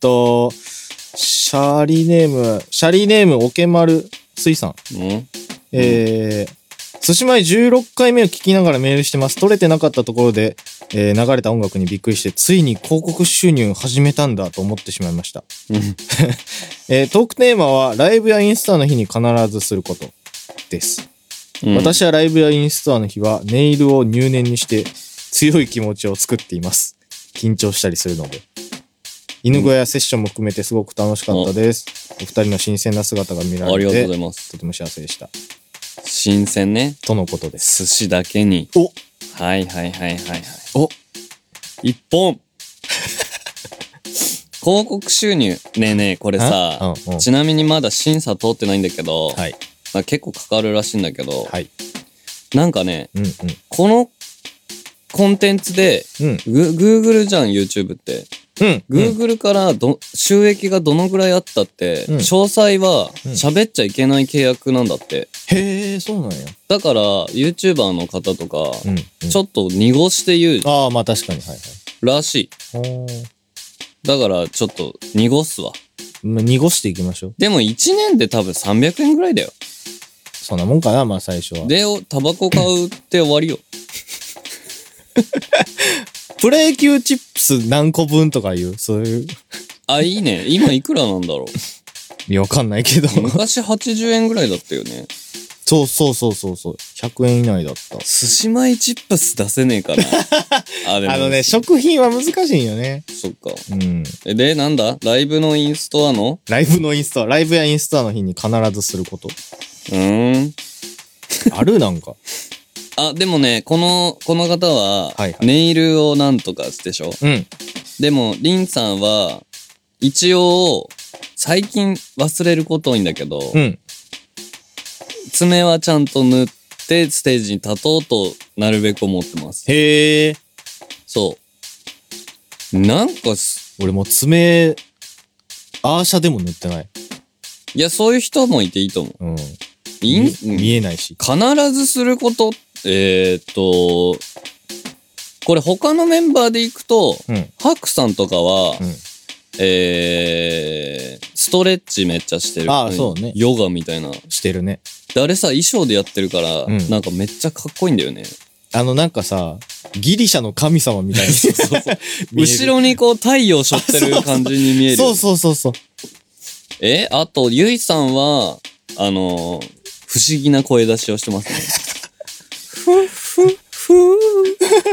と、シャリネーム、シャリネーム、おけまる水産。うん。えー、寿司前16回目を聞きながらメールしてます。取れてなかったところで、えー流れた音楽にびっくりして、ついに広告収入始めたんだと思ってしまいました。うんえートークテーマは、ライブやインスタの日に必ずすることです。うん。私はライブやインスタの日は、ネイルを入念にして、強い気持ちを作っています。緊張したりするので。犬小屋セッションも含めてすごく楽しかったです。お二人の新鮮な姿が見らありれがとうてござ、います。とても幸せでした。新鮮ね。とのことです。寿司だけに。おはいはいはいはいはい。お一本 広告収入。ねえねえ、これさ、あうんうんちなみにまだ審査通ってないんだけど、はい。まあ結構かかるらしいんだけど、はい。なんかね、うんうん。このコンテンツで、うん。グ Google じゃん、YouTube って。うん。うん。 Google からど、収益がどのぐらいあったって、うん詳細はうん喋っちゃいけない契約なんだって。へえ、そうなんや。だから、YouTuber の方とか、うん。ちょっと濁して言うああ、まあ確かに。はいらしい。はい。おーだから、ちょっと濁すわ。まあ濁していきましょう。でも1年で多分300円ぐらいだよ。そんなもんかな、まあ最初は。で、おタバコ買うって終わりよ。プレー級チップス何個分とかいう、そういう。あ、いいね。今いくらなんだろ いや、わかんないけど。う。昔80円ぐらいだったよね。そうそうそうそうそう。100円以内だった。寿司米チップス出せねえかな。 あ、でも。あのね、食品は難しいんよね。そっか。うん。えで、なんだライブのインストアのライブのインスタ、ライブやインスタの日に必ずすること。うーん。あるなんか。あ、でもね、この、この方ははいは、いネイルをなんとかでしょ、うん。でも、リンさんは、一応、最近忘れること多いんだけど、うん。爪はちゃんと塗ってステージに立とうとなるべく思ってます。へえ。そう。なんかす、俺もう爪、アーシャでも塗ってない。いや、そういう人もいていいと思う。うん。いんみ見えないし。必ずすること、えー、っと、これ他のメンバーで行くと、うん。ハクさんとかは、うんえー、ストレッチめっちゃしてる。あーそうねヨガみたいな。してるね。であれさ、衣装でやってるから、うんなんかめっちゃかっこいいんだよね。あの、なんかさ、ギリシャの神様みた いに見える。後ろにこう太陽背負ってる感じに見える。そうそうそうそう。えあと、ゆいさんは、あのー不思議な声出しをしてますね。ふ、ふ、ふー、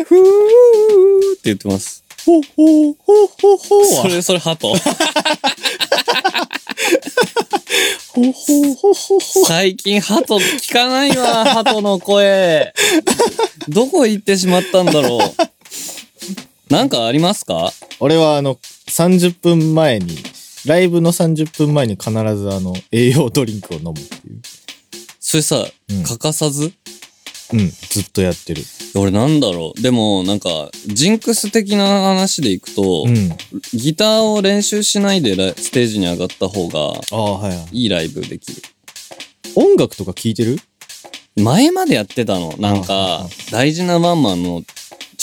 ふーって言ってます。ほうほうほうほうほうそは。れ、それ、鳩。ほうほうほうほうほう。最近、鳩聞かないわ、鳩の声。どこ行ってしまったんだろう。なんかありますか俺はあの、30分前に、ライブの30分前に必ずあの、栄養ドリンクを飲むっていう。それさ、うん欠かさずうん、ずっとやってる。俺なんだろうでも、なんか、ジンクス的な話でいくと、うん。ギターを練習しないでラステージに上がった方が、ああ、はいはい。いいライブできる。音楽とか聴いてる前までやってたの。なんあかあ、大事なワンマンの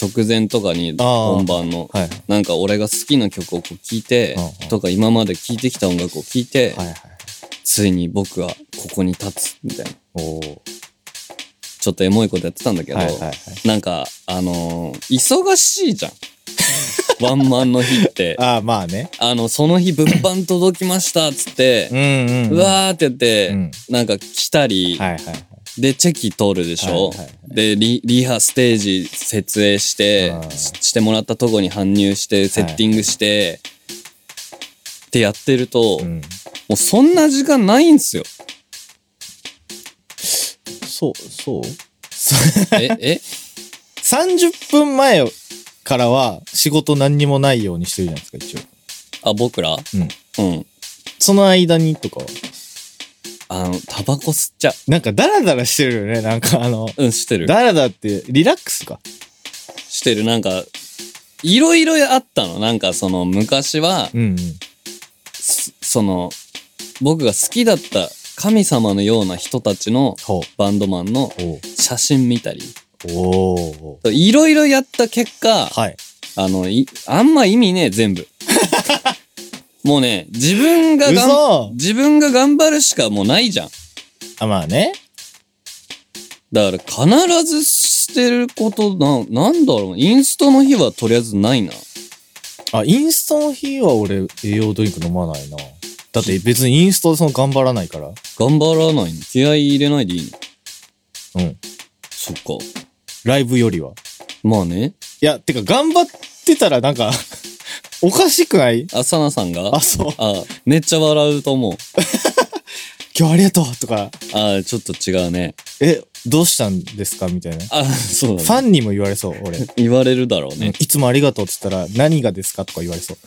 直前とかに、ああ本番の、はい。なんか俺が好きな曲をこう聴いてああ、とか今まで聴いてきた音楽を聴いて、はいはい。ついに僕はここに立つ、みたいな。おー。ちょっとエモいことやってたんだけどはい、はいはい。なんか、あのー忙しいじゃん。 ワンマンの日って。ああ、まあね。あの、その日物販届きました、つってう、んうん。うわーってやって、うんなんか来たり、はいはいはい。で、チェキ取るでしょ、はいはいはでリ、リハステージ設営してあ、ーししてもらったとこに搬入して、セッティングして、ってやってると、うもん。うそんな時間ないんす よ。そう、そうえ、え、 30分前からは仕事何にもないようにしてるじゃないですか、一応。あ、僕らうん。うん。その間にとかは。あの、タバコ吸っちゃなんかダラダラしてるよね、なんかあの、う。うん、してる。ダラダラってリラックスか。してる。なんか、いろいろあったの。なんかその、昔は、うん、すその、僕が好きだった神様のような人たちのほバンドマンのう。お写真見たり、おおいろいろやった結果、はい。 あの、いあんま意味ねえ、全部。もうね、自分ががん嘘自分が頑張るしかもうないじゃん。あ、まあね。だから必ずしてることな、なんだろう。インストの日はとりあえずないな。あ、インストの日は俺栄養ドリンク飲まないな。だって別にインストでその頑張らないから。頑張らないの。気合い入れないでいいの。うん。そっか。ライブよりは。まあね。いや、てか頑張ってたらなんか、 おかしくないあ、サナさんがあ、そう。あ、めっちゃ笑うと思う。今日ありがとうとか、あ、ちょっと違うね。え、どうしたんですかみたいな。あ、そうファだ、ね。ンにも言われそう、俺。言われるだろうね。いつもありがとうって言ったら、何がですかとか言われ そう。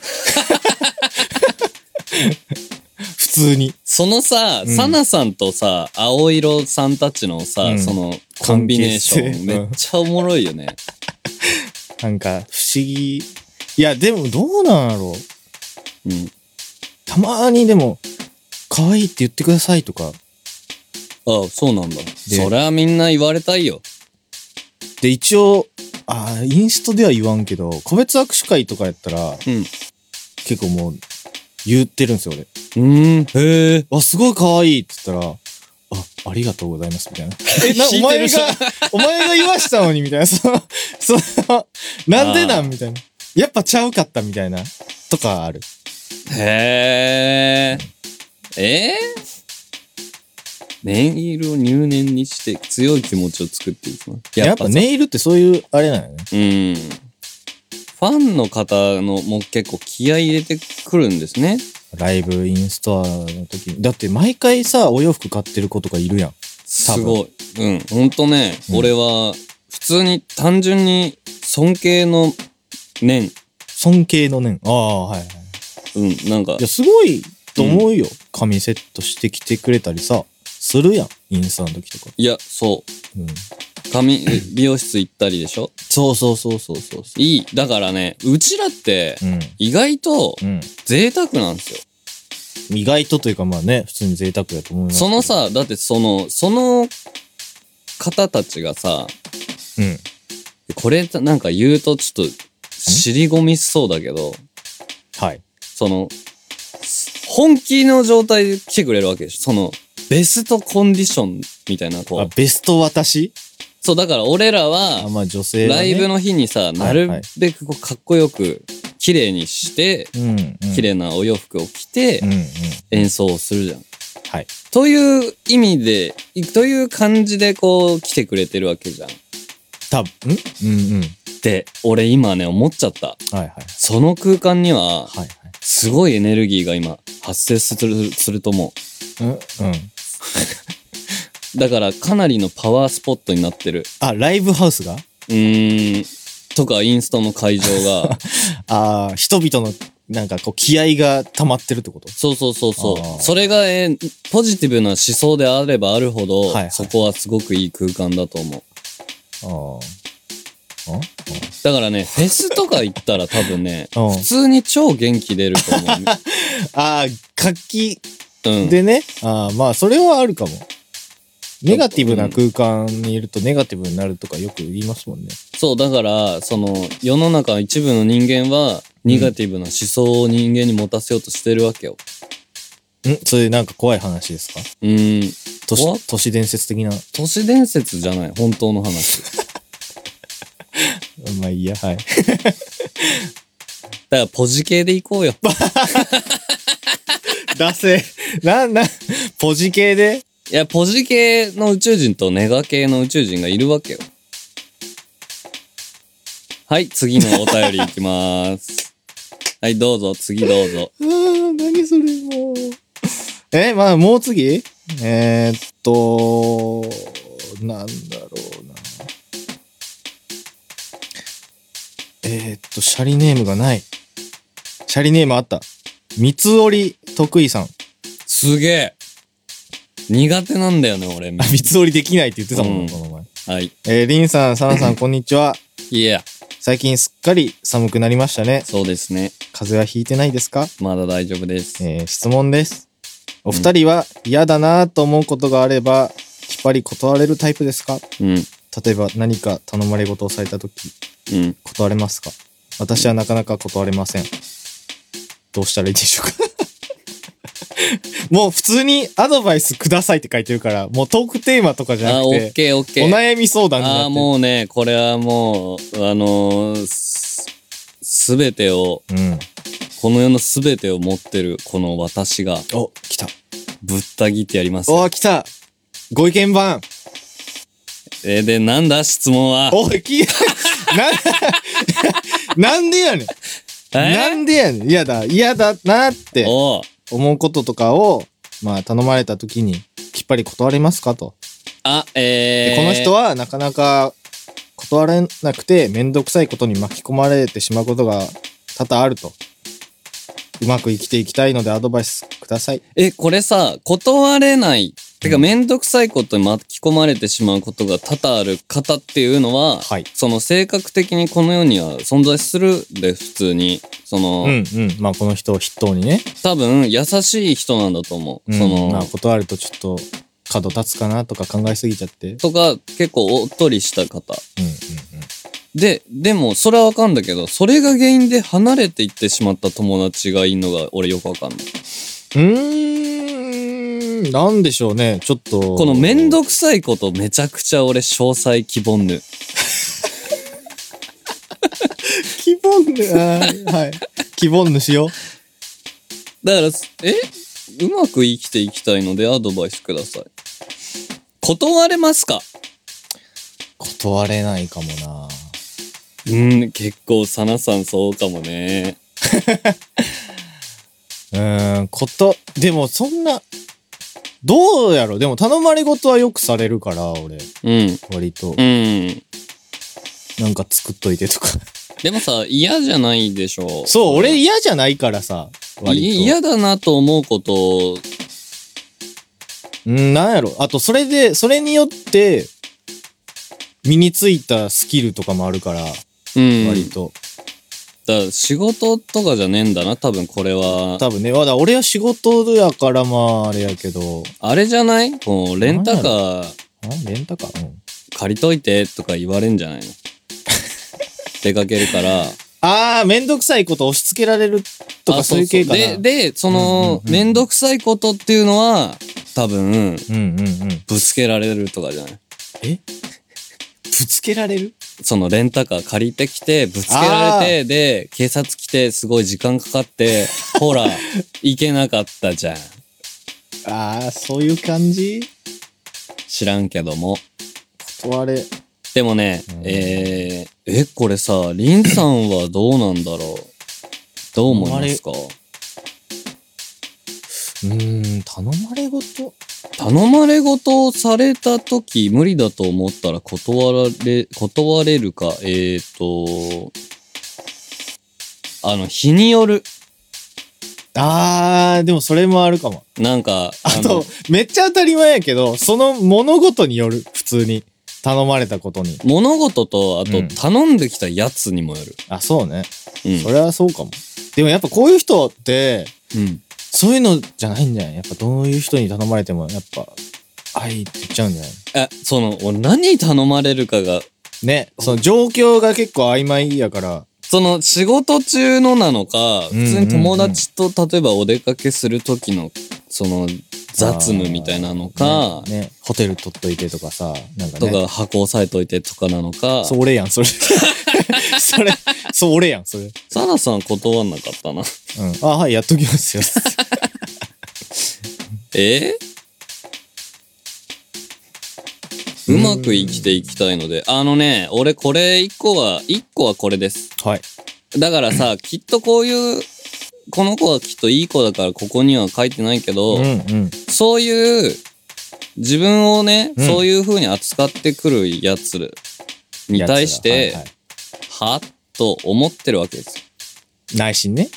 普通に。そのさ、うんサナさんとさ、青色さんたちのさ、うんそのコンビネーシ関係ョ性ン、めっちゃおもろいよね。なんか、不思議。いや、でもどうなんやろう。うん。たまにでも、可愛いって言ってくださいとか。あそうなんだ。そりゃみんな言われたいよ。で、一応、あーインストでは言わんけど、個別握手会とかやったら、うん。結構もう、言ってるんですよ、俺。うん。へえ。あ、すごい可愛いって言ったら、あ、ありがとうございます、みたいな。 え、な、引おいて前るが、 お前が言わしたのに、みたいな。その、その、なんでなあーんみたいな。やっぱちゃうかった、みたいな。とかある。へえ。えー、ネイルを入念にして強い気持ちを作っていきます。やっぱさネイルってそういう、あれなのね。うん。ファンの方のも結構気合い入れてくるんですね。ライブ、インストアの時に。だって毎回さ、お洋服買ってる子とかいるやん。すごい。うん。ほんとね、うん俺は普通に単純に尊敬の念。尊敬のね。ああ、はいはい。うん。なんかいや、、すごいと思うよ。髪セットしてきてくれたりさ、するやん。インスタの時とか。いや、そう。うん。髪、 美容室行ったりでしょそうそうそうそうそうそいい。だからね、うちらってう。うん。意外とうん。贅沢なんですよ。意外とというかまあね、普通に贅沢だと思います。その、さ、だってその、その方たちがさ、うん。これなんか言うとちょっと尻込みしそうだけど、はい。その、本気の状態で来てくれるわけでしょ。その、ベストコンディションみたいな、こあう。ベスト私そう、だから俺らあ、は、まあ女性は、ね。ライブ。の日にさ、なるべくこう、かっこよく、綺麗にして、うん、うん。綺。麗なお洋服を着てうん、うん。演奏をするじゃん。はい。という意味で、いという感じでこう、来てくれてるわけじゃん。ったぶんうんうん。て、俺今ね、思っちゃった。はいはい。その空間には、はいすごいエネルギーが今、発生する、すると思う。はい。うん。うん。だからかなりのパワースポットになってる。あ、ライブハウスがうーん。とか、インストの会場 が。ああ、人々の、なんかこう、気合が溜まってるってことそうそうそうあそーう。それが、えーポジティブな思想であればあるほど、はいはいそこはすごくいい空間だと思う。ああ。だからね、フェスとか行ったら多分ね、うん普通に超元気出ると思ああ、活気 う。うん。でね。ああ、まあ、それはあるかも。ネガティブな空間にいるとネガティブになるとかよく言いますもんね。そう、だから、その、世の中一部の人間は、ネガティブな思想を人間に持たせようとしてるわけよ。んそれなんか怖い話ですかうーん。都怖っ市、都市伝説的な。都市伝説じゃない、本当の話。まあいいや、はい。だから、ポジ系で行こうよ。出せ。 な、な、ポジ系でいや、ポジ系の宇宙人とネガ系の宇宙人がいるわけよ。はい、次のお便りいきます。 はい、どうぞ、次どうぞ。うーん、何それもう。え、まあもう次えー、っと、なんだろうな。えー、っと、シャリネームがない。シャリネームあった。三つ折り得意さん。あ、すげえ。苦手なんだよね、 俺。三つ折りできないって言ってたもんな、うんこの前。はい。えー、リンさん、サナさん、こんにちは。いや、最近すっかり寒くなりましたね。そうですね。風邪はひいてないですかまだ大丈夫です。えー質問です。お二人は嫌だなぁと思うことがあれば、きっぱり断れるタイプですかうん、例えば何か頼まれ事をされた時うん。断れますか私はなかなか断れません。どうしたらいいでしょうか もう普通にアドバイスくださいって書いてるから、もうトークテーマとかじゃなあ、オくッて、ケーオッケおー。悩み相談になってああ、るもうね、これはもう、あのーす、すべてを、うん。この世のすべてを持ってる、この私が、お、来た。ぶった切ってやります。お、来た。ご意見番。えーで、なんだ質問は。おい、聞いな、 なんでやねん。えーなんでやねん。嫌だ、嫌だなっておう思うこととかを、まあ、頼まれた時に、きっぱり断れますかと。あ、えでー、この人はなかなか断れなくて面倒くさいことに巻き込まれてしまうことが多々あるとうまく生きていきたいのでアドバイスくださいえ、これさ、断れない。てか、うんめんどくさいことに巻き込まれてしまうことが多々ある方っていうのは、はいその性格的にこの世には存在するんで、普通に。その、うんうんまあこの人を筆頭にね、多分、優しい人なんだと思う。うんその、まあ、断るとちょっと角立つかなとか考えすぎちゃってうんとか、結構おっとりした方。うんで、でも、それはわかんだけど、それが原因で離れていってしまった友達がいるのが、俺よくわかんない。うんうーんなんでしょうねちょっとこのめんどくさいことめちゃくちゃ俺詳細希望ぬ。希望ぬはい希望ぬしようだから、すえうまく生きていきたいのでアドバイスください。断れますか断れないかもなうん、結構サナさんそうかもね。うーん、こと、でもそんな、どうやろでも頼まれ事はよくされるから、俺、うん。割とう。ん。なんか作っといてとか。でもさ、嫌じゃないでしょそう、俺嫌じゃないからさ、割と。い嫌だなと思うことを、うん、なんやろあと、それで、それによって、身についたスキルとかもあるから、うん。割と。だから仕事とかじゃねえんだな、多分これは。多分ね、まだ俺は仕事やからまあ、あれやけど、あれじゃないこう、レンタカーあレンタカーうん。借りといてとか言われんじゃない の出かけるから。あー、めんどくさいこと押し付けられるとあか、そういう系かな。うんで、で、その、うんうんうんめんどくさいことっていうのは、多分、うんうん。ぶつけられるとかじゃないえぶつけられるそのレンタカー借りてきて、ぶつけられて、で、警察来て、すごい時間かか って、ほら、行けなかったじゃん。ああ、そういう感じ知らんけども。断れ。でもね、うんえー、え、これさ、リンさんはどうなんだろうどう思いますかうーん、頼まれごと。頼まれ事をされた時無理だと思ったら断られ、断れるか、えっ、と、あの、日による。ああ、でもそれもあるかも。なんか、あのと、、めっちゃ当たり前やけど、その物事による、普通に。頼まれたことに。物事と、あうと、ん頼んできたやつにもよる。あ、そうね。うん。それはそうかも。でもやっぱこういう人って、うん。そういうのじゃないんじゃないやっぱどういう人に頼まれても、やっぱ、愛って言っちゃうんじゃないえ、その、俺何頼まれるかが、ね、その状況が結構曖昧やから、その、仕事中のなのか、うんうんうん普通に友達と、例えばお出かけする時の、その、雑務みたいなのか、ね、ねホテル取っといてとかさ、なんかとね。か、箱押さえといてとかなのか、そう、俺やん、 それ。それ、そう、俺やん、それ。サナさん断んなかったな。 うん。あ、はい、やっときますよ。え うまく生きていきたいので。あのね、俺これ一個は、一個はこれです。はい。だからさ、きっとこういう、この子はきっといい子だからここには書いてないけど、うんうん。そういう、自分をね、うんそういう風に扱ってくるやつに対して、やつらははいはいっと思ってるわけですよ。内心ね。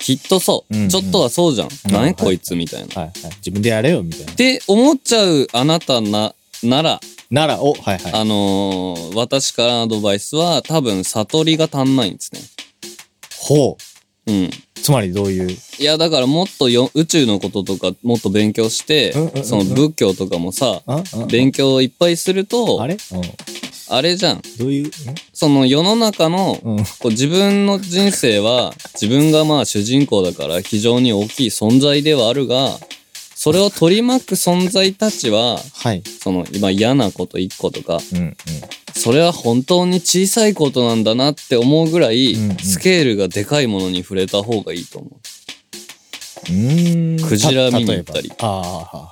きっとそう。うんうんちょっとはそうじゃん。うん何、はいこいつみたいな。はいはい。自分でやれよ、みたいなっ。て思っちゃうあなたな、なら、なら、お、はいはい。あのー私からのアドバイスは多分悟りが足んないんですね。ほう。うん。つまりどういう。いや、だからもっとよ宇宙のこととかもっと勉強してうんうんうんう、んその仏教とかもさ、ああ勉強をいっぱいすると、ああれうん。あれじゃん。どういう、その世の中の、んうん。こう自分の人生は、自分がまあ主人公だから非常に大きい存在ではあるが、それを取り巻く存在たちは、はい。その今嫌なこと1個とか、うんうん。それは本当に小さいことなんだなって思うぐらい、うんうんスケールがでかいものに触れた方がいいと思う。うーん。クジラ見に行ったたり例えばああ、はあは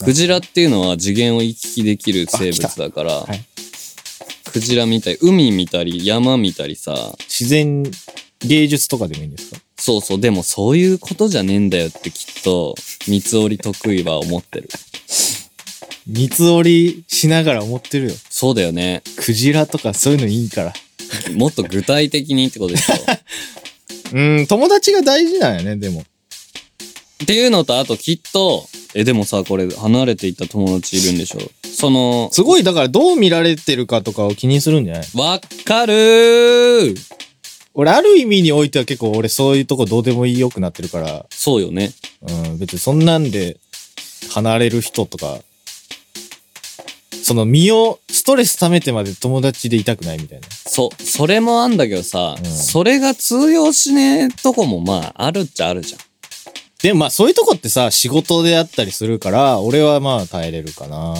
あ。クジラっていうのは次元を行き来できる生物だから、たはいクジラ見たり、海見たり、山見たりさ、自然芸術とかでもいいんですかそうそう、でもそういうことじゃねえんだよってきっと、三つ折り得意は思ってる。三つ折りしながら思ってるよ。そうだよね。クジラとかそういうのいいから。もっと具体的にってこと でしょ。うん、友達が大事なんやね、でも。っていうのと、あときっと、え、でもさ、これ離れていった友達いるんでしょその、すごい、だからどう見られてるかとかを気にするんじゃないわかるー俺、ある意味においては結構俺そういうとこどうでもいいよくなってるから、そうよね。うん、別にそんなんで離れる人とか、その身をストレス溜めてまで友達でいたくないみたいな。そ、それもあんだけどさ、うんそれが通用しねえとこもまあ、あるっちゃあるじゃん。でもまあそういうとこってさ、仕事であったりするから、俺はまあ耐えれるかな。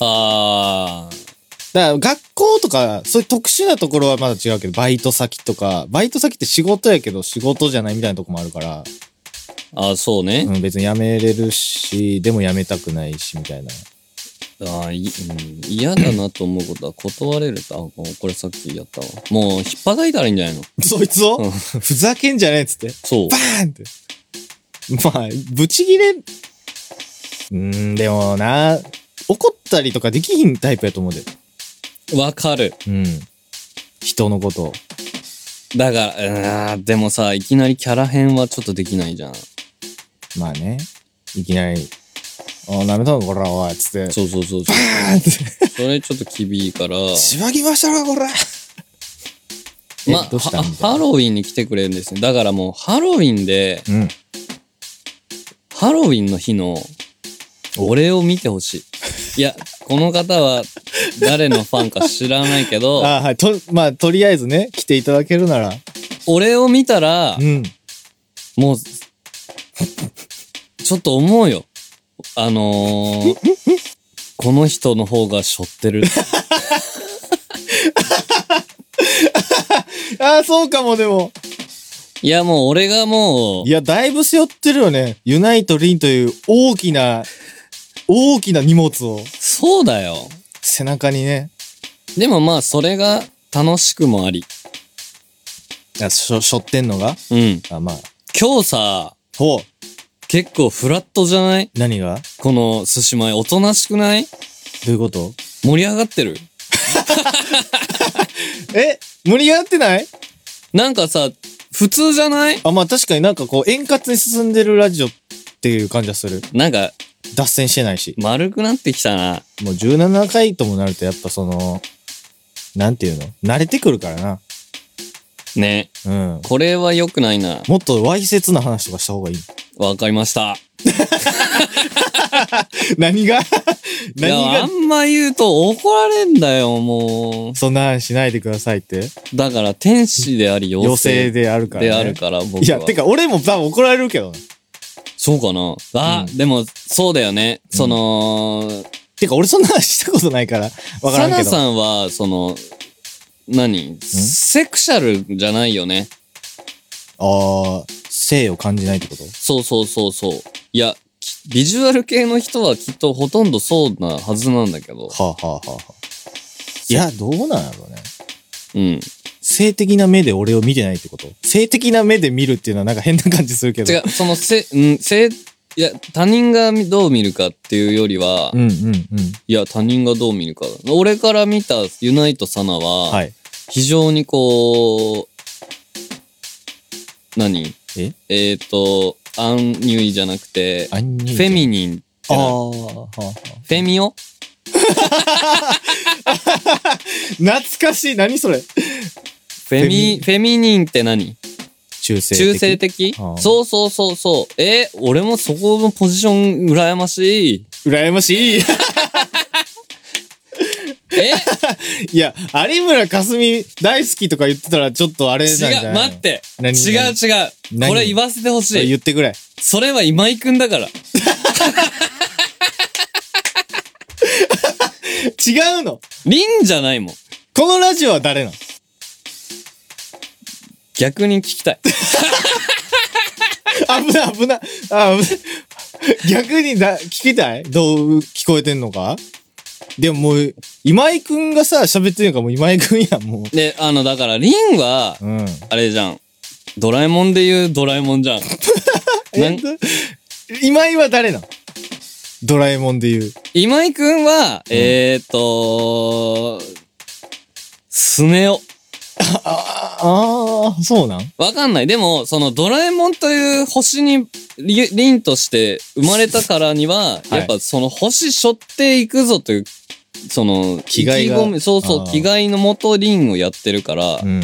あー、だから学校とか、そういう特殊なところはまだ違うけど、バイト先とか、バイト先って仕事やけど仕事じゃないみたいなとこもあるから、あーそうね。うん、別に辞めれるし、でも辞めたくないし、みたいな。ああ、い、うん、嫌だなと思うことは断れると、あ、ここれさっきやったわ。もう、ひっぱたいたらいいんじゃないのそいつを、うんふざけんじゃねえっつって、そうバ。ーンって。まあ、ぶち切れ、うーん、でもな、怒ったりとかできひんタイプやと思うで。わかる。うん。人のことを。だから、うーんでもさ、いきなりキャラ編はちょっとできないじゃん。まあね、いきなり、おなめたのこら、おい、つって。そうそうそうそ バーンって。う。それちょっと厳いから。しばきましたな、こら。まあ、えどうしたはみたいなハロウィンに来てくれるんですね。だからもう、ハロウィンで、うん。ハロウィンの日の、俺を見てほしい。いや、この方は、誰のファンか知らないけ ど、あはい。と、まあ、とりあえずね、来ていただけるなら。俺を見たらう、ん。もう、ちょっと思うよ。あのー、この人の方がしょってる。ああ、そうかも、でも。いや、もう俺がもいや、だいぶ背負ってるよね。ユナイト・リンという大きな、大きな荷物をう、そうだよ。背中にね。でもまあ、それが楽しくもあり。あ、しょ、しょってんのがうん。あ、まあ。今日さ、ほう。結構フラットじゃない何がこの寿司前、おとなしくないどういうこと盛り上がってる。え無理が合ってないなんかさ、普通じゃないあ、まあ確かになんかこう、円滑に進んでるラジオっていう感じはする。なんか、脱線してないし。丸くなってきたな。もう17回ともなるとやっぱその、なんていうの慣れてくるからな。ね。うん。これは良くないな。もっとわいせつな話とかした方がいい。わかりました。何がいや、何あがんま言うと怒られんだよ、もそんな話しないでくださいってう。だから、天使であり、妖妖精精であるから、ね。であるから、僕は。いや、て、か俺も多分怒られるけどな。そうかな。あ、うんでも、そうだよね。その、てか俺そんな話したことないから、わからサんけナど。さんは、その、何セクシャルじゃないよね。ああ、性を感じないってことそうそうそうそう。いや、きビジュアル系の人はきっとほとんどそうなはずなんだけど。はあ、はあはあはあ、いや、どうなんやろうね。うん。性的な目で俺を見てないってこと性的な目で見るっていうのはなんか変な感じするけど。違う、その、せ、うん、せ、いや、他人がどう見るかっていうよりは、うんうんうん。いや、他人がどう見るか。俺から見たユナイト・サナは、はい。非常にこう、何ええっ、と、アンニュイじゃなくて、あんフにェミニンってあなあ、はあはあ。フェミオ懐かしい。何それフフェミ、ェミフェミニンって何中性的。中性的あーそうそうそうそう。えー俺もそこのポジション羨ましい。羨ましい。 えいや、有村架純大好きとか言ってたらちょっとあれなんじゃない違う、の待って。違う何違う。何これ言わせてそほうし言い。ってくれ。それは今井くんだから。違うの凛じゃないもん。このラジオは誰なの逆に聞きたい。危ない危ない。あ、危ない。逆にだ、聞きたいどう聞こえてんのかでももう、今井くんがさ、喋ってるのからもう今井くんやん、もで、あの、だから、リンはう。、うん。あれじゃん。ドラえもんで言うドラえもん じゃん。なえんっと今井は誰なのドラえもんで言う。今井くんは、えーっと、スネ夫。ああー、そうなんわかんない。でも、そのドラえもんという星に、り凛として生まれたからには、はいやっぱその星背負っていくぞという、その、気概が意気込みそうそあう、ー気概のもと凛をやってるから、うん。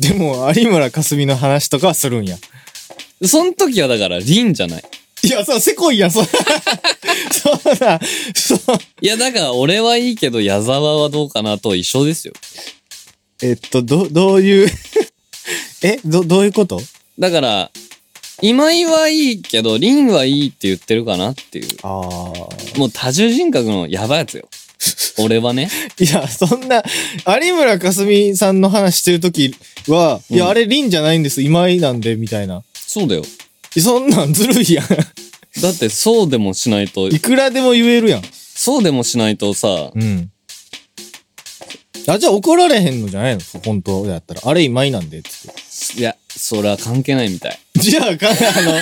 でも、有村架純の話とかはするんや。その時はだから凛じゃない。いや、さ、せこいやん、 そ、そうだ、そう。いや、だから俺はいいけど、矢沢はどうかなと一緒ですよ。えっと、ど、どういう、 え、ど、どういうことだから、今井はいいけど、凛はいいって言ってるかなっていう。ああ。もう多重人格のやばいやつよ。俺はね。いや、そんな、有村架純さんの話してるときは、いや、うんあれ、凛じゃないんです、今井なんで、みたいな。そうだよ。そんなんずるいやん。だってそうでもしないといくらでも言えるやん。そうでもしないとさ、うん。あ、じゃあ怒られへんのじゃないの本当やったら。あれ、今井なんで、つって。いや、それは関係ないみたい。 じゃあ、か、あの、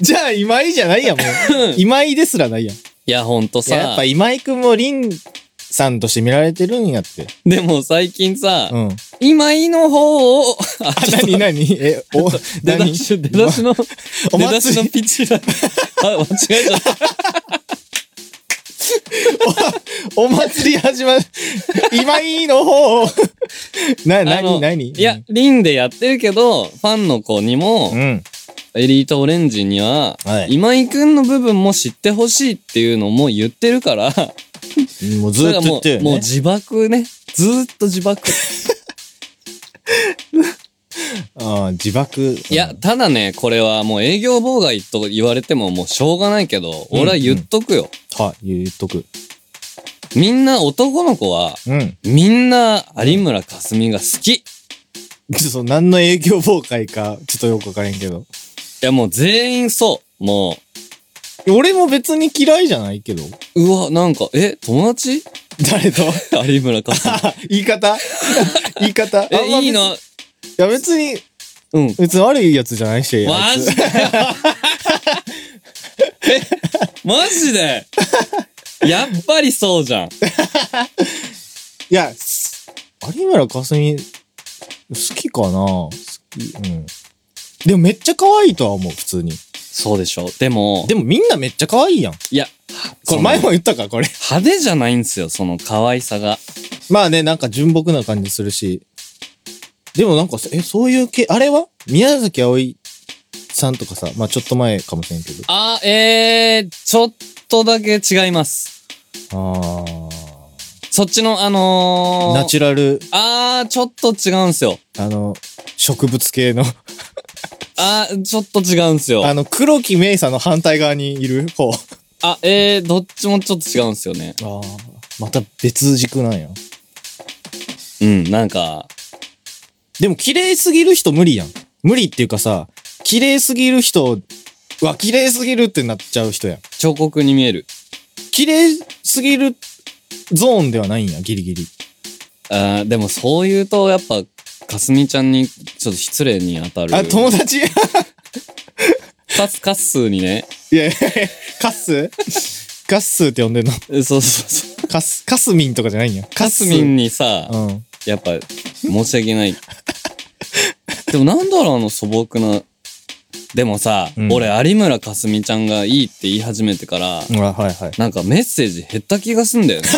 じゃあ、今井じゃないやん、もう。今井ですらないやん。いいや、ほんとや、やっさぱ、今井くんも凛さんとして見られてるんやって。でも最近さ、うん。今井の方を、ああ、なになにえ、お、出だ何し、出だしの、お出だし祭のり、ピッチラ。あ、間違えちゃった。お祭り始まる。今井の方な、なあのになにいや、、リンでやってるけど、ファンの子にもう、ん。エリートオレンジには、はい。今井くんの部分も知ってほしいっていうのも言ってるから、もうずっとだから言もってるう、よもうね。自爆ね。ずーっと自爆。あー自爆。いや、ただね、これはもう営業妨害と言われてももうしょうがないけど、うん俺は言っとくよ。はい、言っとく。みんな男の子は、うん。みんな有村架純が好き。いちょっと何の影響妨害か、ちょっとよくわからへんけど。や、もう全員そう。も俺も別に嫌いじゃないけど。う、うわ、なんか、え、友達誰と 有村架 純。あ言い方言い方あんま別え、にいいな。いや別に、うん。別に悪いやつじゃないし。あマいつ ジでえ、マジでやっぱりそうじゃん。いや、す有村架純、好きかな好き。うん。でもめっちゃ可愛いとは思う、普通に。そうでしょ。でも、でもみんなめっちゃ可愛いやん。いや、こそれの前も言ったか、これ。派手じゃないんですよ、その可愛さが。まあね、なんか純朴な感じするし。でもなんか、え、そういう系、あれは宮崎葵さんとかさ、まあちょっと前かもしれんけど。あ、えー、ちょっとだけ違います。あそっちの、あのー。ー、ナチュラル、あー、ちょっと違うんすよ。あの、植物系の、あー、ちょっと違うんすよ。ああ、の、黒木メイさんの反対側にいる方。えー、どっちもちょっと違うんすよね。あー。また別軸なんや。うん、なんか、でも綺麗すぎる人無理やん。無理っていうかさ、綺麗すぎる人、うわ、綺麗すぎるってなっちゃう人やん。彫刻に見える。綺麗すぎるゾーンではないんや、ギリギリ。あー、でもそう言うと、やっぱ、かすみちゃんに、ちょっと失礼に当たる。あ、友達 いやカス、カッスーにね。いやいやカッスカッスって呼んでんの。えそうそうそう。カス、カスミンとかじゃないんや。カカスミンにさ、うん。やっぱ、申し訳ない。でもなんだろう、あの素朴な。でもさ、うん俺、有村架純ちゃんがいいって言い始めてから、うんあはいはい。なんかメッセージ減った気がす んだよね。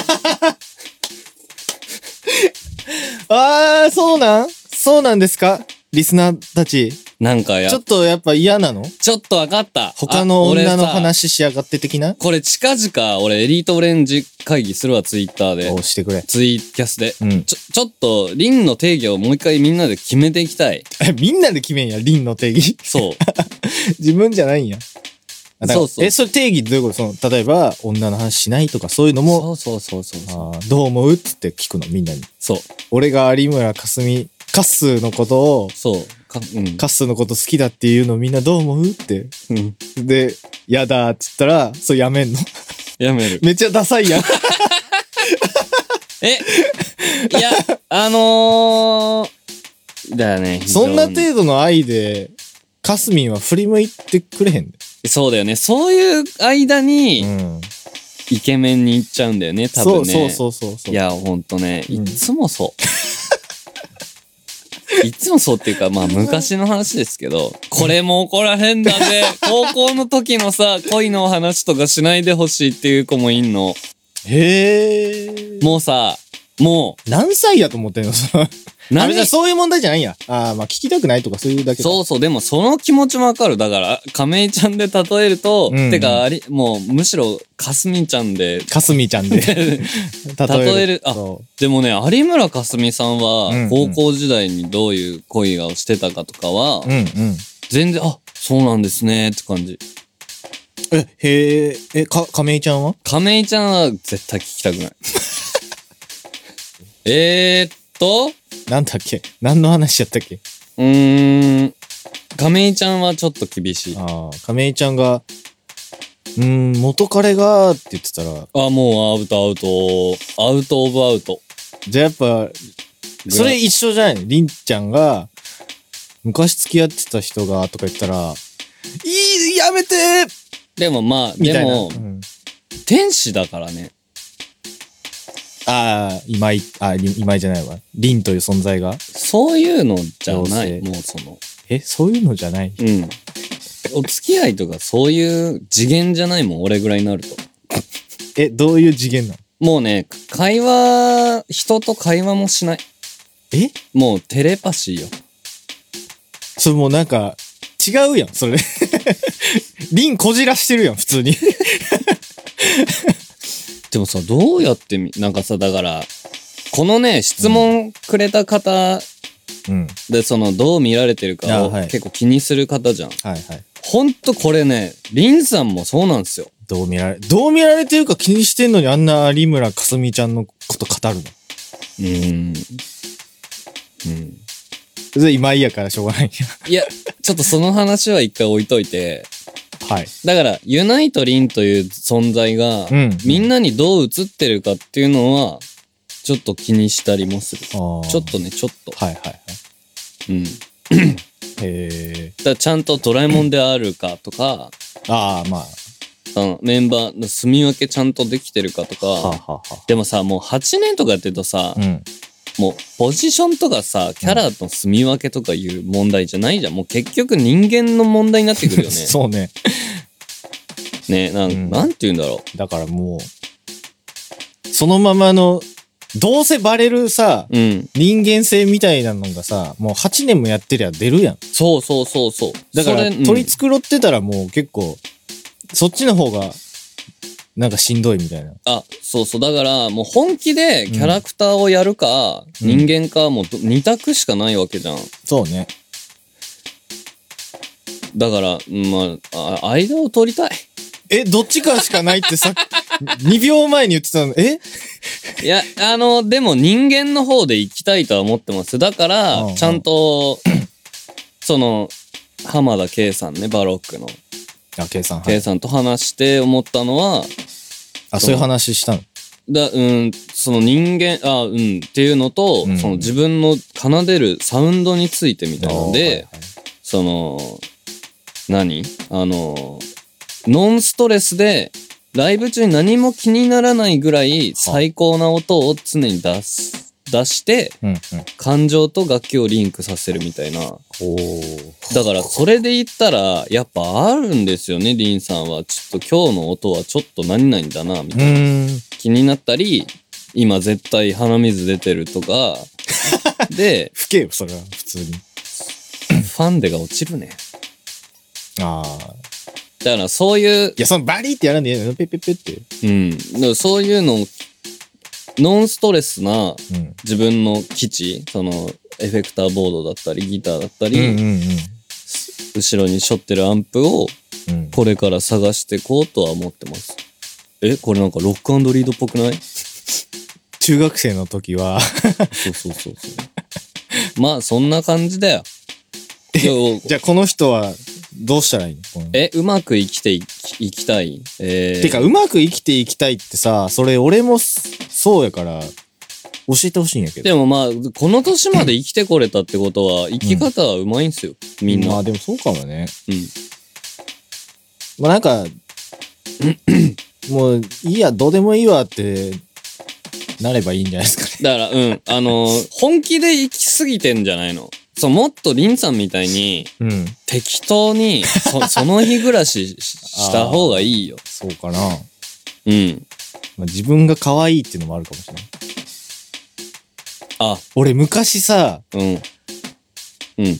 あー、そうなんそうなんですかリスナーたち。なんかやちょっ、とやっぱ嫌なのちょっとわかった。他のあ女の。俺さ話しやがって的なこれ近々、俺エリートオレンジ会議するわ、ツイッターでを。してくれ。ツイキャスで。うん。ちょ、ちょっと、リンの定義をもう一回みんなで決めていきたい。え、 みんなで決めんや、凛の定義。 そう。自分じゃないんや。あだからそうそうえ、それ定義どういうことその、例えば、女の話しないとか、そういうの も、そうそうそうそうそう。あーどう思うっつって聞くの、みんなに。そう。俺が有村架純、カッスーのことを、そう。か、うん。カッスーのこと好きだっていうのみんなどう思うって。うんで、やだっつったら、そうやめんの。 やめる。めっちゃダサいやん。え、いや、あのー、だよね。非常そにんな程度の愛で、カスミンは振り向いてくれへんで。そうだよね。そういう間に、うん。イケメンに行っちゃうんだよね、多そ分ね。うそうそうそうそう。いや、ほんとね、ういんつも そう。いつもそうっていうか、まあ昔の話ですけど、これも怒らへんだ ぜ。高校の時のさ、恋のお話とかしないでほしいっていう子もいんの。へえ。もうさ、も何歳やと思ってんのそのあう、れじゃ何そういう問題じゃないんや。ああ、まあ聞きたくないとかそういうだけかそうそう、でもその気持ちもわかる。だから、亀井ちゃんで例えると、うんうんてか、あり、もう、むしろ、かすみちゃんで、かすみちゃ んで。例例えるあそでもね、有村架純さんうんうはん、高校時代にどういう恋をしてたかとかはう。う、んうん。全然、あ、そうなんですね、って感じ。え、へえ、え、か、亀井ちゃんは亀井ちゃんは絶対聞きたくない。 えーっと、なんだっけ何の話やったっけうーん、亀井ちゃんはちょっと厳しい。あ、ああ、亀井ちゃんが、うーん、元彼が、って言ってたら、もうアウトアウト、アウトオブアウト。じゃあやっぱ、それ一緒じゃないのりんちゃんが、昔付き合ってた人が、とか言ったら、いい、やめてでもまあ、みたでいな。も、うん天使だからね。ああ、今井、あ、り今井じゃないわ。りんという存在が。そういうのじゃない。妖精もうその、え、そういうのじゃないうん。お付き合いとかそういう次元じゃないもん、俺ぐらいになると。え、どういう次元なのもうね、会話、人と会話もしない。えもうテレパシーよ。それもうなんか、違うやん、それ。 りんこじらしてるやん、普通に。でもさ、どうやってみ、なんかさ、だから、このね、質問くれた方うん。で、その、どう見られてるかあをはい結構気にする方じゃん。はいはい。ほんとこれね、リンさんもそうなんですよ。どう見られ、どう見られてるか気にしてんのにあんな有村架純ちゃんのこと語るの。うーん。うん。それ今井やからしょうがないや。いや、ちょっとその話は一回置いといて、 はい。だから、ユナイト・リンという存在が、うんみんなにどう映ってるかっていうのは、ちょっと気にしたりもする。ちちょょっ。とね、ちょっと。はいはいはい。うん。だかへえ。らちゃんとドラえもんであるかとか、ああ、まあ。そのメンバーの住み分けちゃんとできてるかとか、はあ、はあはでもさ、もう8年とかやってるとさ、あ、うん。もうポジションとかさ、キャラの住み分けとかいう問題じゃないじゃん。もう結局人間の問題になってくるよ ね。そうね。ね、なん,、うんなんて言うんだろだからもう、そのままの、どうせバレるさ、う。うん。人間性みたいなのがさ、もう8年もやってりゃ出るやん。そうそうそうそう。だから、それうん取り繕ってたらもう結構、そっちの方が、なんかしんどいみたいな。あ、そうそう。だから、もう本気でキャラクターをやるか、うん人間か、もうど二択しかないわけじゃん。そうね。だから、うんまあ、あ間を取りたい。え、どっちかしかないってさっ き、2秒前に言ってたの、えいや、あの、でも人間の方で行きたいとは思ってます。だから、うんうんちゃんと、 その、浜田圭さんね、バロックの。あ、計算、は圭い。さんと話して思ったのは、あ、そういう話したの。だ、うん、その人間、あ、うん、っていうのと、うんその自分の奏でるサウンドについてみたいなので、あー、はいはいその、何あの、ノンストレスで、ライブ中に何も気にならないぐらい最高な音を常に出す、出して、うんうん。感情と楽器をリンクさせるみたいな。おーだから、それで言ったら、やっぱあるんですよね、リンさんは。ちょっと今日の音はちょっと何々だな、みたいうな。ーん。気になったり、今絶対 鼻水出てるとか、で、不けよ、それは、普通に。ファンデが落ちるね。ああ。だからそういうい、や、そのバリーってやらんでいいのペッペッペッって。うん。だからそういうのを、ノンストレスなうん。自分の基地、その、エフェクターボードだったり、ギターだったり、うんうん後ろに背負ってるアンプを、うん。うん。これから探してこうとは思ってます。え、これなんかロックリードっぽくない中学生の時は、 そうそうそうそう。 まあ、そんな感じだよ。でじゃあこの人はどうしたらいいのこのえ、うまく生きていきいきたい。えー、てか、うまく生きていきたいってさ、それ俺もそそうやから、教えてほしいんやけど。でもまあ、この年まで生きてこれたってことは、生き方はうまいんすよ。みんまな。あでもそうかもね。うん。まあなんか、 もういいや、どうでもいいわって、なればいいんじゃないですかね。だから、うん。あのー、本気で生きすぎてんじゃないの。そう、もっとリンさんみたいに、うん。適当に、そ その日暮らししした方がいいよ。そうかな。うん。まあ、自分が可愛いっていうのもあるかもしれない。あ、俺昔さ、うん。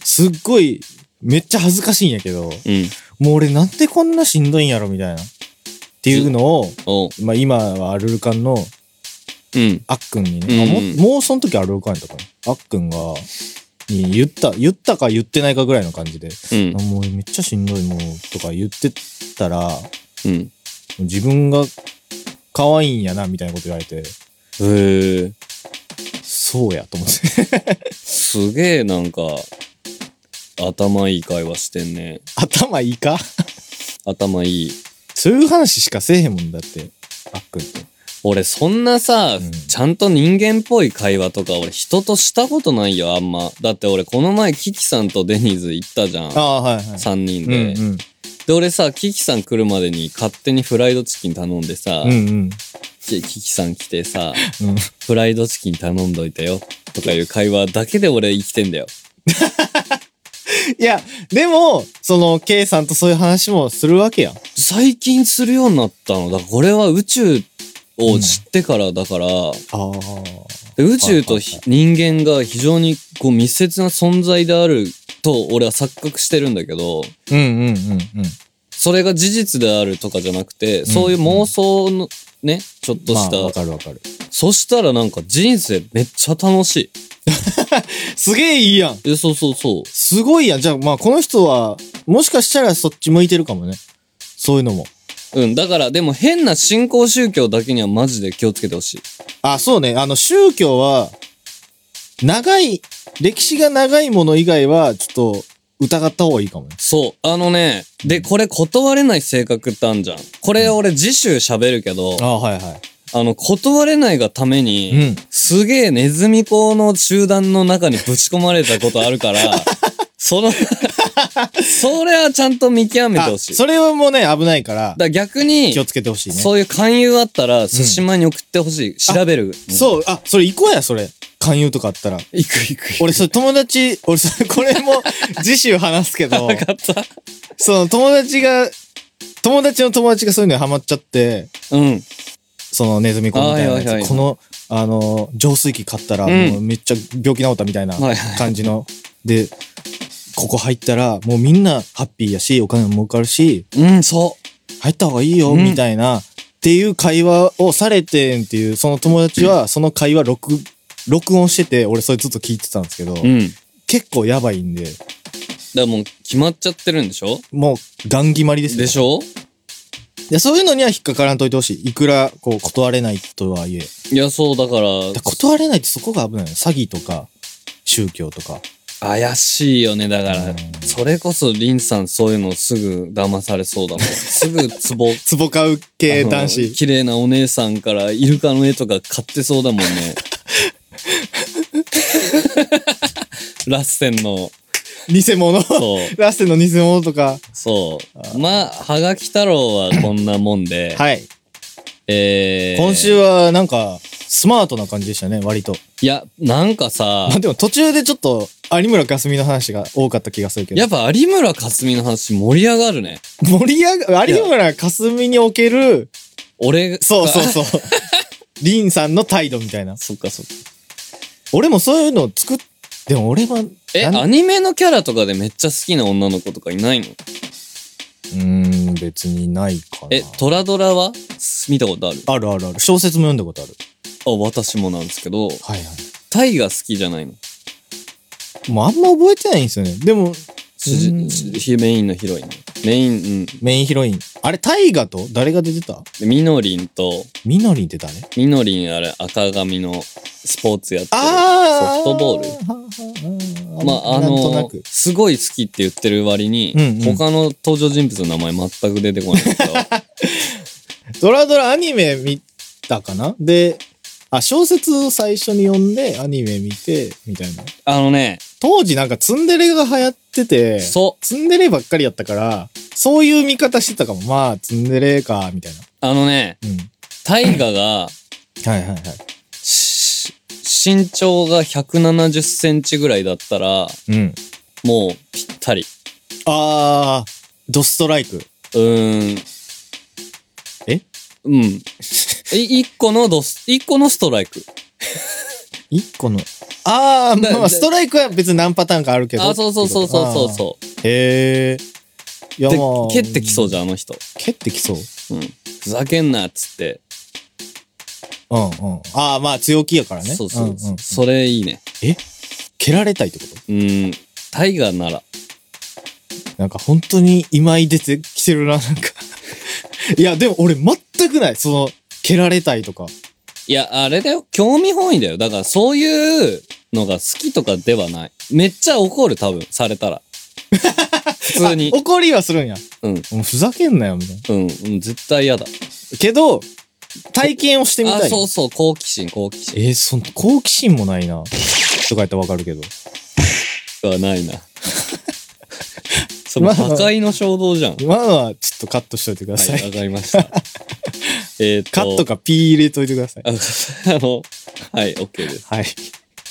すっごい、めっちゃ恥ずかしいんやけど、うん。もう俺なんでこんなしんどいんやろみたいな。っていうのを、おう。まあ今はアルルカンのうん。あっくんにね、あもうんもうその時アルルカンやったかな。あっくんが、に言った、言ったか言ってないかぐらいの感じで、うんあ。もうめっちゃしんどいもうとか言ってたら、うん。自分が可愛いんやなみたいなこと言われて、へえ。そうやと思って。 すげえなんか、頭いい会話してんね。頭いいか頭いい。そういう話しかせえへんもんだって、あっくんって。俺そんなさ、うんちゃんと人間っぽい会話とか俺人としたことないよあんま。だって俺この前キキさんとデニーズ行ったじゃん。ああ、はいはい。 3う人んで、うん。で、俺さ、キキさん来るまでに勝手にフライドチキン頼んでさ、うんうん。キキキさん来てさ、うんフライドチキン頼んどいたよ。とかいう会話だけで俺生きてんだよ。いや、でも、その、K さんとそういう話もするわけやん。最近するようになったの。だからこれは宇宙を知ってからだから、ああ。で宇宙とひは人間が非常にこう密接な存在であると俺は錯覚してるんだけど、うんうんうんうん。それが事実であるとかじゃなくて、そういう妄想のね、ちょっとしまあわた。かるわかる。そしたらなんか人生めっちゃ楽しすげえいいやん。い。え、そうそうそう。すごいやん。じゃあ、まあ、この人は、もしかしたらそっち向いてるかもね。そういうのも。うん、だからでも変な信仰宗教だけにはマジで気をつけてほしい。あ、そうね。あの、宗教は、長い、歴史が長いもの以外は、ちょっと、疑った方がいいかもね。そう。あのね、で、これ断れない性格ってあんじゃん。これ俺次週喋るけど、あはいはあの、断れないがために、うん。すげえネズミ講の集団の中にぶち込まれたことある から、その、それはちゃんと見極めてあほしい。だかそれはもうね、危ないから、ら逆に気を、つけてほしいね。そういう勧誘あったら、寿司前に送ってほしい。調べる。そう、あ、それ行こうや、それ。勧誘とかあったら。うん。行く行く行く。俺、それ友達、俺、それ、これも、次週話すけど、分かった。その友達が、友達の友達がそういうのにハマっちゃって、うん。そのネズミ子みたいなやつあはいはいはいこの、あの、浄水器買ったら、うんもうめっちゃ病気治ったみたいなはいはい感じの。で、ここ入ったら、もうみんなハッピーやし、お金も儲かるし、うん、そ入った方がいいよ、うんみたいな、っていう会話をされてんっていう、その友達は、その会話録、録音してて、俺それずっと聞いてたんですけど、う。うん。だか結構やばいんで、らもう決まっちゃってるんでしょもう、ガン決まりですよでしょいやそういうのには引っかからんといてほしい。いくら、こう、断れないとはいえ。いや、そう、だから、だ断れないってそこが危ないの。詐欺とか、宗教とか。怪しいよね、だかうらん。それこそ、リンさん、そういうのすぐ騙されそう だもん。すぐ、ツボ。ツボ買う系あの男子。綺麗なお姉さんから、イルカの絵とか買ってそうだもんね。 ラッセンの、偽物。そう、ラッセンの偽物とか。そう。まあ、はがき太郎はこんなもんで。はい。えー、今週は、なんか、スマートな感じでしたね、割と。いや、なんかさまあ、でも途中でちょっと、有村架純の話が多かった気がするけど。やっぱ有村架純の話盛り上がるね。盛り上が、有村架純における、俺がそう そう そう。リンさんの態度みたいな。そっかそっか。俺もそういうのを作っでも俺は、え、何アニメのキャラとかでめっちゃ好きな女の子とかいないのうーん、別にないかな。え、トラドラは見たことあるあるあるある。小説も読んだことある。あ、私もなんですけど、はいはい。タイが好きじゃないのもうあんま覚えてないんですよね。でも、主人うん主メインのヒロイン。メイン、うん。メインヒロイン。あれ、大河と誰が出てたでミノリンと、みのりんって誰ミノリンあれ赤髪のスポーツやってる。あーソフトボールルまあ、あなんとなのく。、すごい好きって言ってる割に、うんうん他の登場人物の名前全く出てこないんです けど、ドラドラアニメ見たかなで、あ、小説を最初に読んで、アニメ見て、みたいな。あのね、当時なんかツンデレが流行ってて、そう、ツンデレばっかりやったから、そういう見方してたかも。まあ、ツンデレか、みたいな。あのね、うん。タイガが、はいはいはい。し身長が170センチぐらいだったら、うん。もうぴったり。あー、ドストライク。うーん。えうん。い一個のドス、一個のストライク。一個の。あー、まだあまだあ、ストライクは別に何パターンかあるけど。あ、そうそうそうそうそうう。そ。へえ。いうや、でまあ、。蹴ってきそうじゃん、あの人。蹴ってきそう。うん。ふざけんなっつって。うんうん。ああ、まあ強気やからね。そうそう、んんそれいいね。蹴られたいってことうん。タイガーなら。なんか本当に今井出てきてるな、なんか。 いや、でも俺全くない。その、蹴られたいとか。いや、あれだよ。興味本位だよ。だから、そういうのが好きとかではない。めっちゃ怒る、多分、され たら。普通にあ。怒りはするんや。うんもうふざけんなよ、みたいな。うん、うん、絶対嫌だ。けど、体験をしてみあ、たい。そうそう、好奇心、好奇心。えー、その、好奇心もないな。とかやったらわかるけど。はない な。そのまあ破壊の衝動じゃん。今のはちょっとカットしといてくださ。はいい、わかりました。 えっと。カットか P 入れといてください。あ。あの、はい、OK です。はい。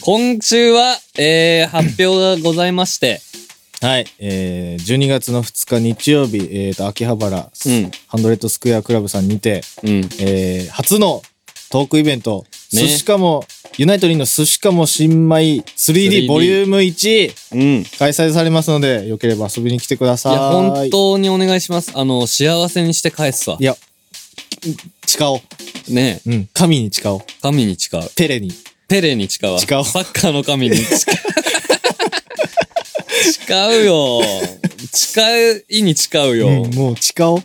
今週は、えー、発表がございまして、はい。えー、12月の2日日曜日、えーと、秋葉原、うん、ハンドレッドスクエアクラブさんにて、うん、えー初のトークイベント、ね寿司かも、ユナイトリンの寿司かも新米 3D ボリューム1うん。い開催されますので、よければ遊びに来てください。や、本当にお願いします。あの、幸せにして返すわい。や、誓おう。ねえうん。神に誓おう。神に誓う。ペレに。ペレに誓うわ。誓うサッカーの神に誓う。誓うよ。誓いに誓うよ。うんもう誓おう。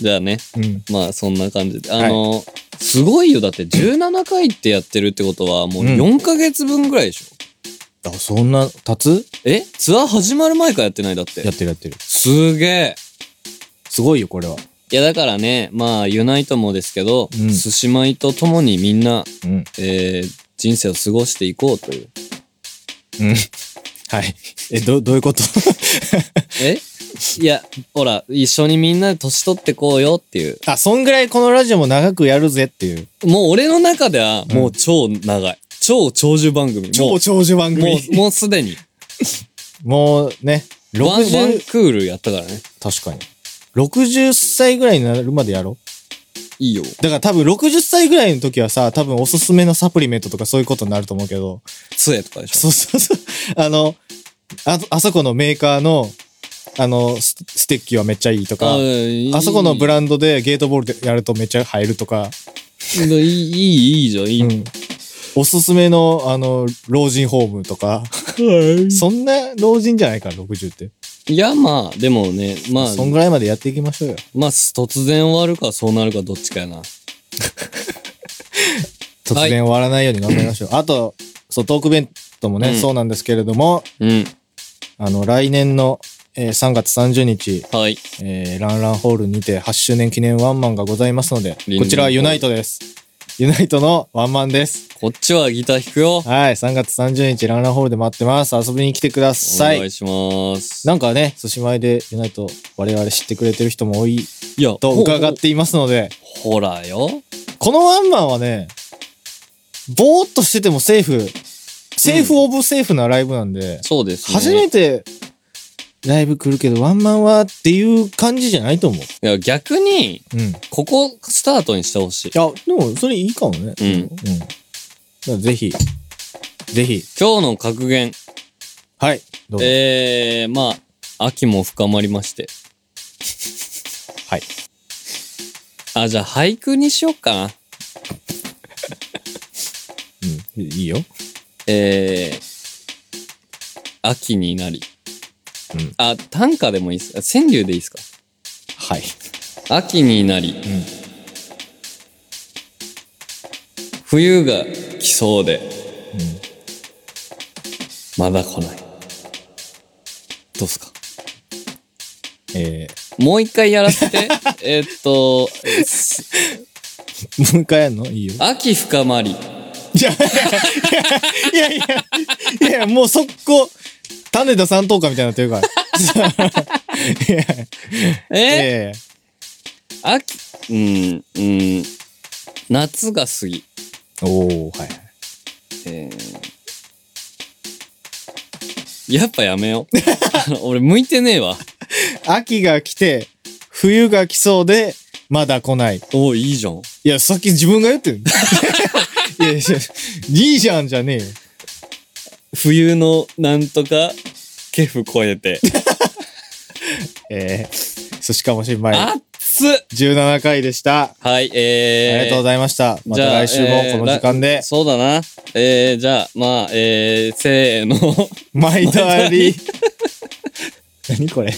じゃあね。うん。まあそんな感じで。あの、すごいよ。だって17回ってやってるってことはもううん4ヶ月分ぐらいでしょ。あ、そんな、立つえツアー始まる前からやってないだってやっ。てるやってる。すげえ。すごいよ、これは。いやだからね、まあユナイトもですけど、うん寿司米と共にみんな、うん。えー人生を過ごしていこうという。うん。はい。え、ど、どういうこと えいや、ほら、一緒にみんなで年取ってこうよっていう。あ、そんぐらいこのラジオも長くやるぜっていう。もう俺の中ではもう超長い。超長寿番組。も超長寿番う、も組。う、もうすでに。もうね、ワンジ60ン、クールやったからね。確かに。60歳ぐらいになるまでやろいいよ。だから多分60歳ぐらいの時はさ、多分おすすめのサプリメントとかそういうことになると思うけど、杖とかでしょそうそう そう。あの、あ、あそこのメーカーの、あの、スステッキはめっちゃいいとか、あそこのブラランドでゲートボールでやるとめっちゃ入るとか、いい、いい、いいじゃん、いい。うんおすすめの、あの、老人ホームとか、そんな老人じゃないから、60って。 いや、まあ、でもね、まあ、そんぐらいまでやっていきましょうよ。まあ、突然終わるか、そうなるか、どっちかやな。突然終わらないように頑張りましょう。あと、そう、トーク弁当もね、うんそうなんですけれども、うん。あの、来年の、えー3月30日、はい。えーランランホールにて8周年記念ワンマンがございますので、リンリンこちらはユナイトです。ユナイトのワンマンです。こっちはギター弾くよ。はい、3月30日、ランランホールで待ってます。遊びに来てくだおさ願いい。します。なんかね、寿司前でユナイト、我々知ってくれてる人も多いいや、と伺っほていますので、ほらよ。このワンマンはね、ぼーっとしててもセーフ、セーフオブセーフなライブなんで、そうですね。初めてライブ来るけどワンマンはっていう感じじゃないと思う。いや、逆に、うん。いここスタートにしてほしい。や、でもそれいいかもね。ううんん。だからぜひ、ぜひ。今日の格言。はい。どうぞ。えー、まあ、秋も深まりまして。はい。あ、じゃあ俳句にしよっかな。うん。いいよ。えー、秋になり。うんあ、短歌でもいいっす。あ川柳でいいっすか。はい。秋になり。ん冬が来そうで、んまだ来ない。どうっすかえもう一回やらせ て。えーっと、ー、もう一回やんのいいよ。秋深まり。 いや、いやいや、いやいや、もう速攻、種田三等家みたいになってるから。いやえ え秋、うん、うん、夏が過ぎ。えおー、はいはい。えーやっぱやめ よう。あの俺向いてねえわ。秋が来て、冬が来そうで、まだ来ない。おいいじゃん。いや、さっき自分が言ってる。いやいや、いいじゃんじゃねえよ。冬のなんとか、ケフ超えて。ええそしかもしんまい。あっつ17回でした。はい、えー、ありがとうございました。またじゃあ来週もえこーの時間で、そうだな。えー、じゃあ、まあ、えー、せーの。毎度あり毎。何これ